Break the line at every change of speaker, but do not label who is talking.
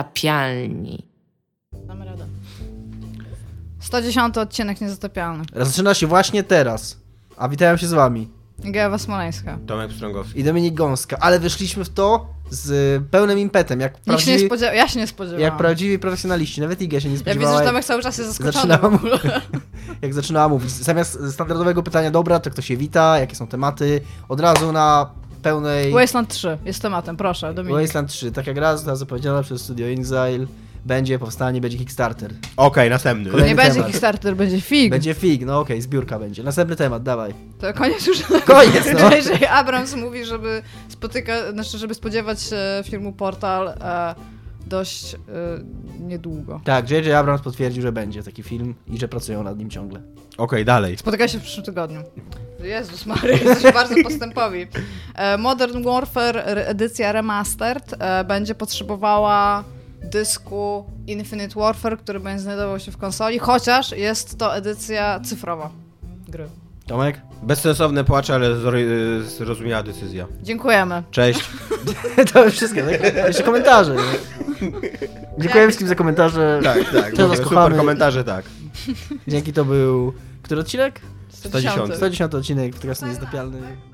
Niezatapialni.
Damy radę. 110 odcinek niezatopialny.
Zaczyna się właśnie teraz. A witałem się z wami.
Gewa Smoleńska.
Tomek Pstrągowski.
I Dominik Gąska. Ale wyszliśmy w to z y, pełnym impetem, jak
Nikt się nie
prawdziwi,
spodziewa, ja się nie spodziewałam.
jak prawdziwi profesjonaliści. Nawet Iga się nie
ja
spodziewała.
widzę, że
jak-
Tomek cały czas jest zaskoczony w
zaczynałam-
ogóle.
jak zaczynała mówić. Zamiast standardowego pytania, dobra, to kto się wita, jakie są tematy, od razu na pełnej
Wasteland 3 jest tematem, proszę, Dominik.
Wasteland Tak 3. Taka gra została zapowiedziana przez studio Inxile. Będzie, powstanie, będzie Kickstarter.
Okej, następny.
Kolejny
Nie będzie
temat.
Kickstarter, będzie fig.
Będzie fig, no okej, zbiórka będzie. Następny temat, dawaj.
To koniec już.
Koniec, no.
Jeżeli Abrams mówi, żeby spotyka, znaczy, żeby spodziewać się filmu Portal e, dość e, niedługo.
Tak, J.J. Abrams potwierdził, że będzie taki film i że pracują nad nim ciągle.
Okej, dalej.
Spotyka się w przyszłym tygodniu. Jezus Mary, jesteśmy bardzo postępowi. E, Modern Warfare re- edycja remastered e, będzie potrzebowała dysku Infinite Warfare, który będzie znajdował się w konsoli, chociaż jest to edycja cyfrowa gry.
Tomek?
Bezsensowne płacze, ale zro- zrozumiała decyzja.
Dziękujemy.
Cześć.
to już wszystko, tak? Jeszcze komentarze. nie? Dziękuję wszystkim za komentarze.
Tak, tak.
Cię nas kochamy.
Super komentarze, tak.
Dzięki to był... Który odcinek?
110.
110 odcinek podcastu Niezdopialny.